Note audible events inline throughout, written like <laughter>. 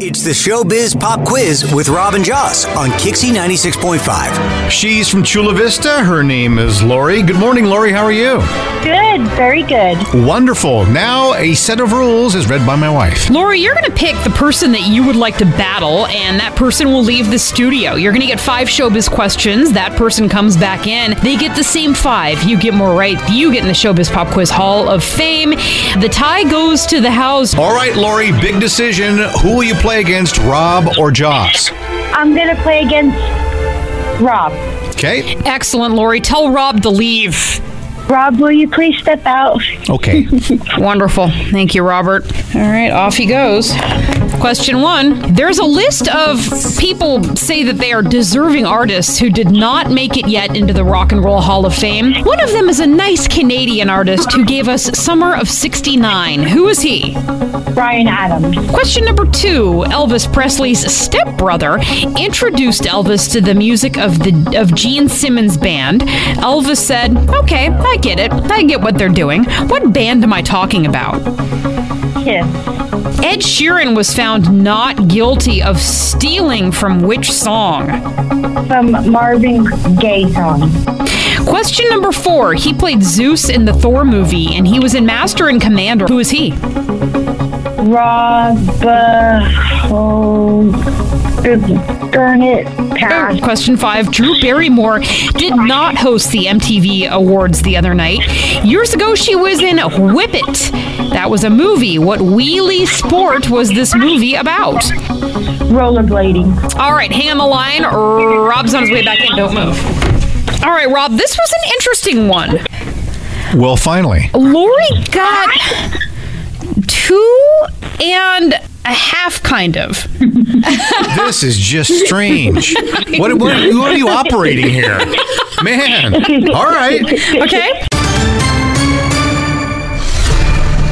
It's the Showbiz Pop Quiz with Robin Joss on Kixie 96.5. She's from Chula Vista. Her name is Lori. Good morning, Lori. How are you? Good, very good. Wonderful. Now, a set of rules is read by my wife. Lori, you're going to pick the person that you would like to battle, and that person will leave the studio. You're going to get five showbiz questions. That person comes back in. They get the same five. You get more right. You get in the Showbiz Pop Quiz Hall of Fame. The tie goes to the house. All right, Lori, big decision. Who will you play against, Rob or Joss? I'm going to play against Rob. Okay. Excellent, Lori. Tell Rob to leave. Rob, will you please step out? Okay. Wonderful. Thank you, Robert. All right, off he goes. Question one There's a list of people say that they are deserving artists who did not make it yet into the Rock and Roll Hall of Fame. One of them is a nice Canadian artist who gave us Summer of 69. Who is he? Brian Adams. Question number two Elvis Presley's stepbrother introduced Elvis to the music of the of Gene Simmons' band. Elvis said, Okay, I get it. I get what they're doing. What band am I talking about? Kiss. Ed Sheeran was found not guilty of stealing from which song? From Marvin Gaye song. Question number four. He played Zeus in the Thor movie and he was in Master and Commander. Who is he? Rob, uh, oh, darn it, pass. Question five. Drew Barrymore did not host the MTV Awards the other night. Years ago, she was in Whip It. That was a movie. What wheelie sport was this movie about? Rollerblading. All right, hang on the line. Rob's on his way back in. Don't move. All right, Rob, this was an interesting one. <laughs> Well, finally. Lori got two and a half, kind of. This is just strange. What, what, what are you operating here? Man. All right. Okay?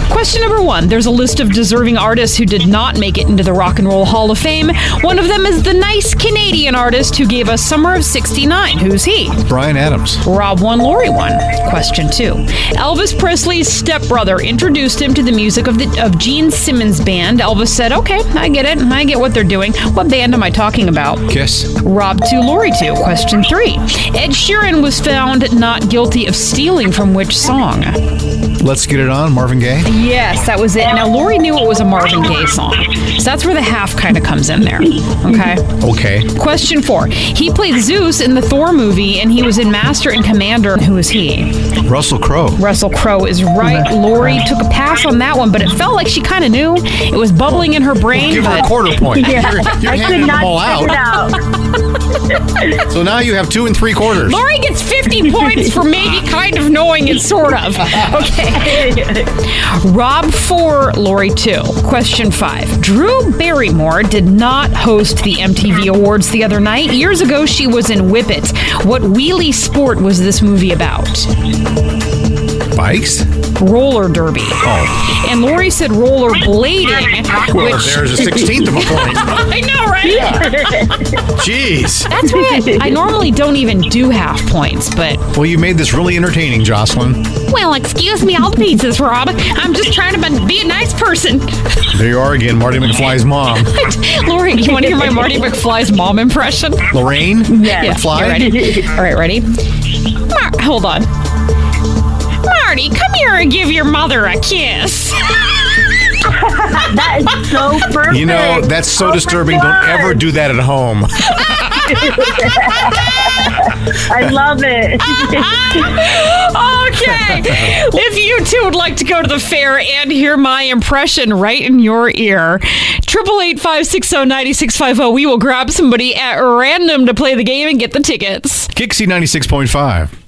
Question number one. There's a list of deserving artists who did not make it into the Rock and Roll Hall of Fame. One of them is the nice Canadian artist who gave us Summer of 69. Who's he? Brian Adams. Rob won, Lori won. Question two. Elvis Presley's stepbrother introduced him to the music of the of Gene Simmons band. Elvis said, Okay, I get it. I get what they're doing. What band am I talking about? Kiss. Rob 2, Lori 2. Question 3. Ed Sheeran was found not guilty of stealing from which song? Let's get it on, Marvin Gaye. Yes, that was it. Now, Lori knew it was a Marvin Gaye song. So that's where the half kind of comes in there. Okay. Okay. Question 4. He played Zeus in the Thor movie and he was in Master and Commander. Who is he? Russell Crowe. Russell Crowe is right. Lori took a pass on that one, but it felt like she kind of knew. It was bubbling in her brain. Give her a but- quarter point. You're, you're I could handing them not all figure out. it out. So now you have two and three quarters. Lori gets 50 points for maybe kind of knowing it, sort of. Okay. Rob 4, Lori 2. Question 5. Drew Barrymore did not host the MTV Awards the other night. Years ago, she was in Whip It. What wheelie sport was this movie about? Bikes? Roller derby. Oh. And Lori said roller blading, <laughs> Well, which. there's a sixteenth of a <laughs> point. I know, right? <laughs> Jeez. That's right. I normally don't even do half points, but Well, you made this really entertaining, Jocelyn. well, excuse me, I'll be this, Rob. I'm just trying to be a nice person. There you are again, Marty McFly's mom, Lori, you want to hear my Marty McFly's mom impression? Lorraine Yeah. McFly. You ready? All right, ready? Mar- hold on. Marty, come here and give your mother a kiss. <laughs> That is so perfect. You know that's so Oh my disturbing. Don't God. ever do that at home. I love it. Ah! okay. If you too would like to go to the fair and hear my impression right in your ear, triple eight five six zero ninety six five oh, zero. We will grab somebody at random to play the game and get the tickets. Kixie ninety six point five.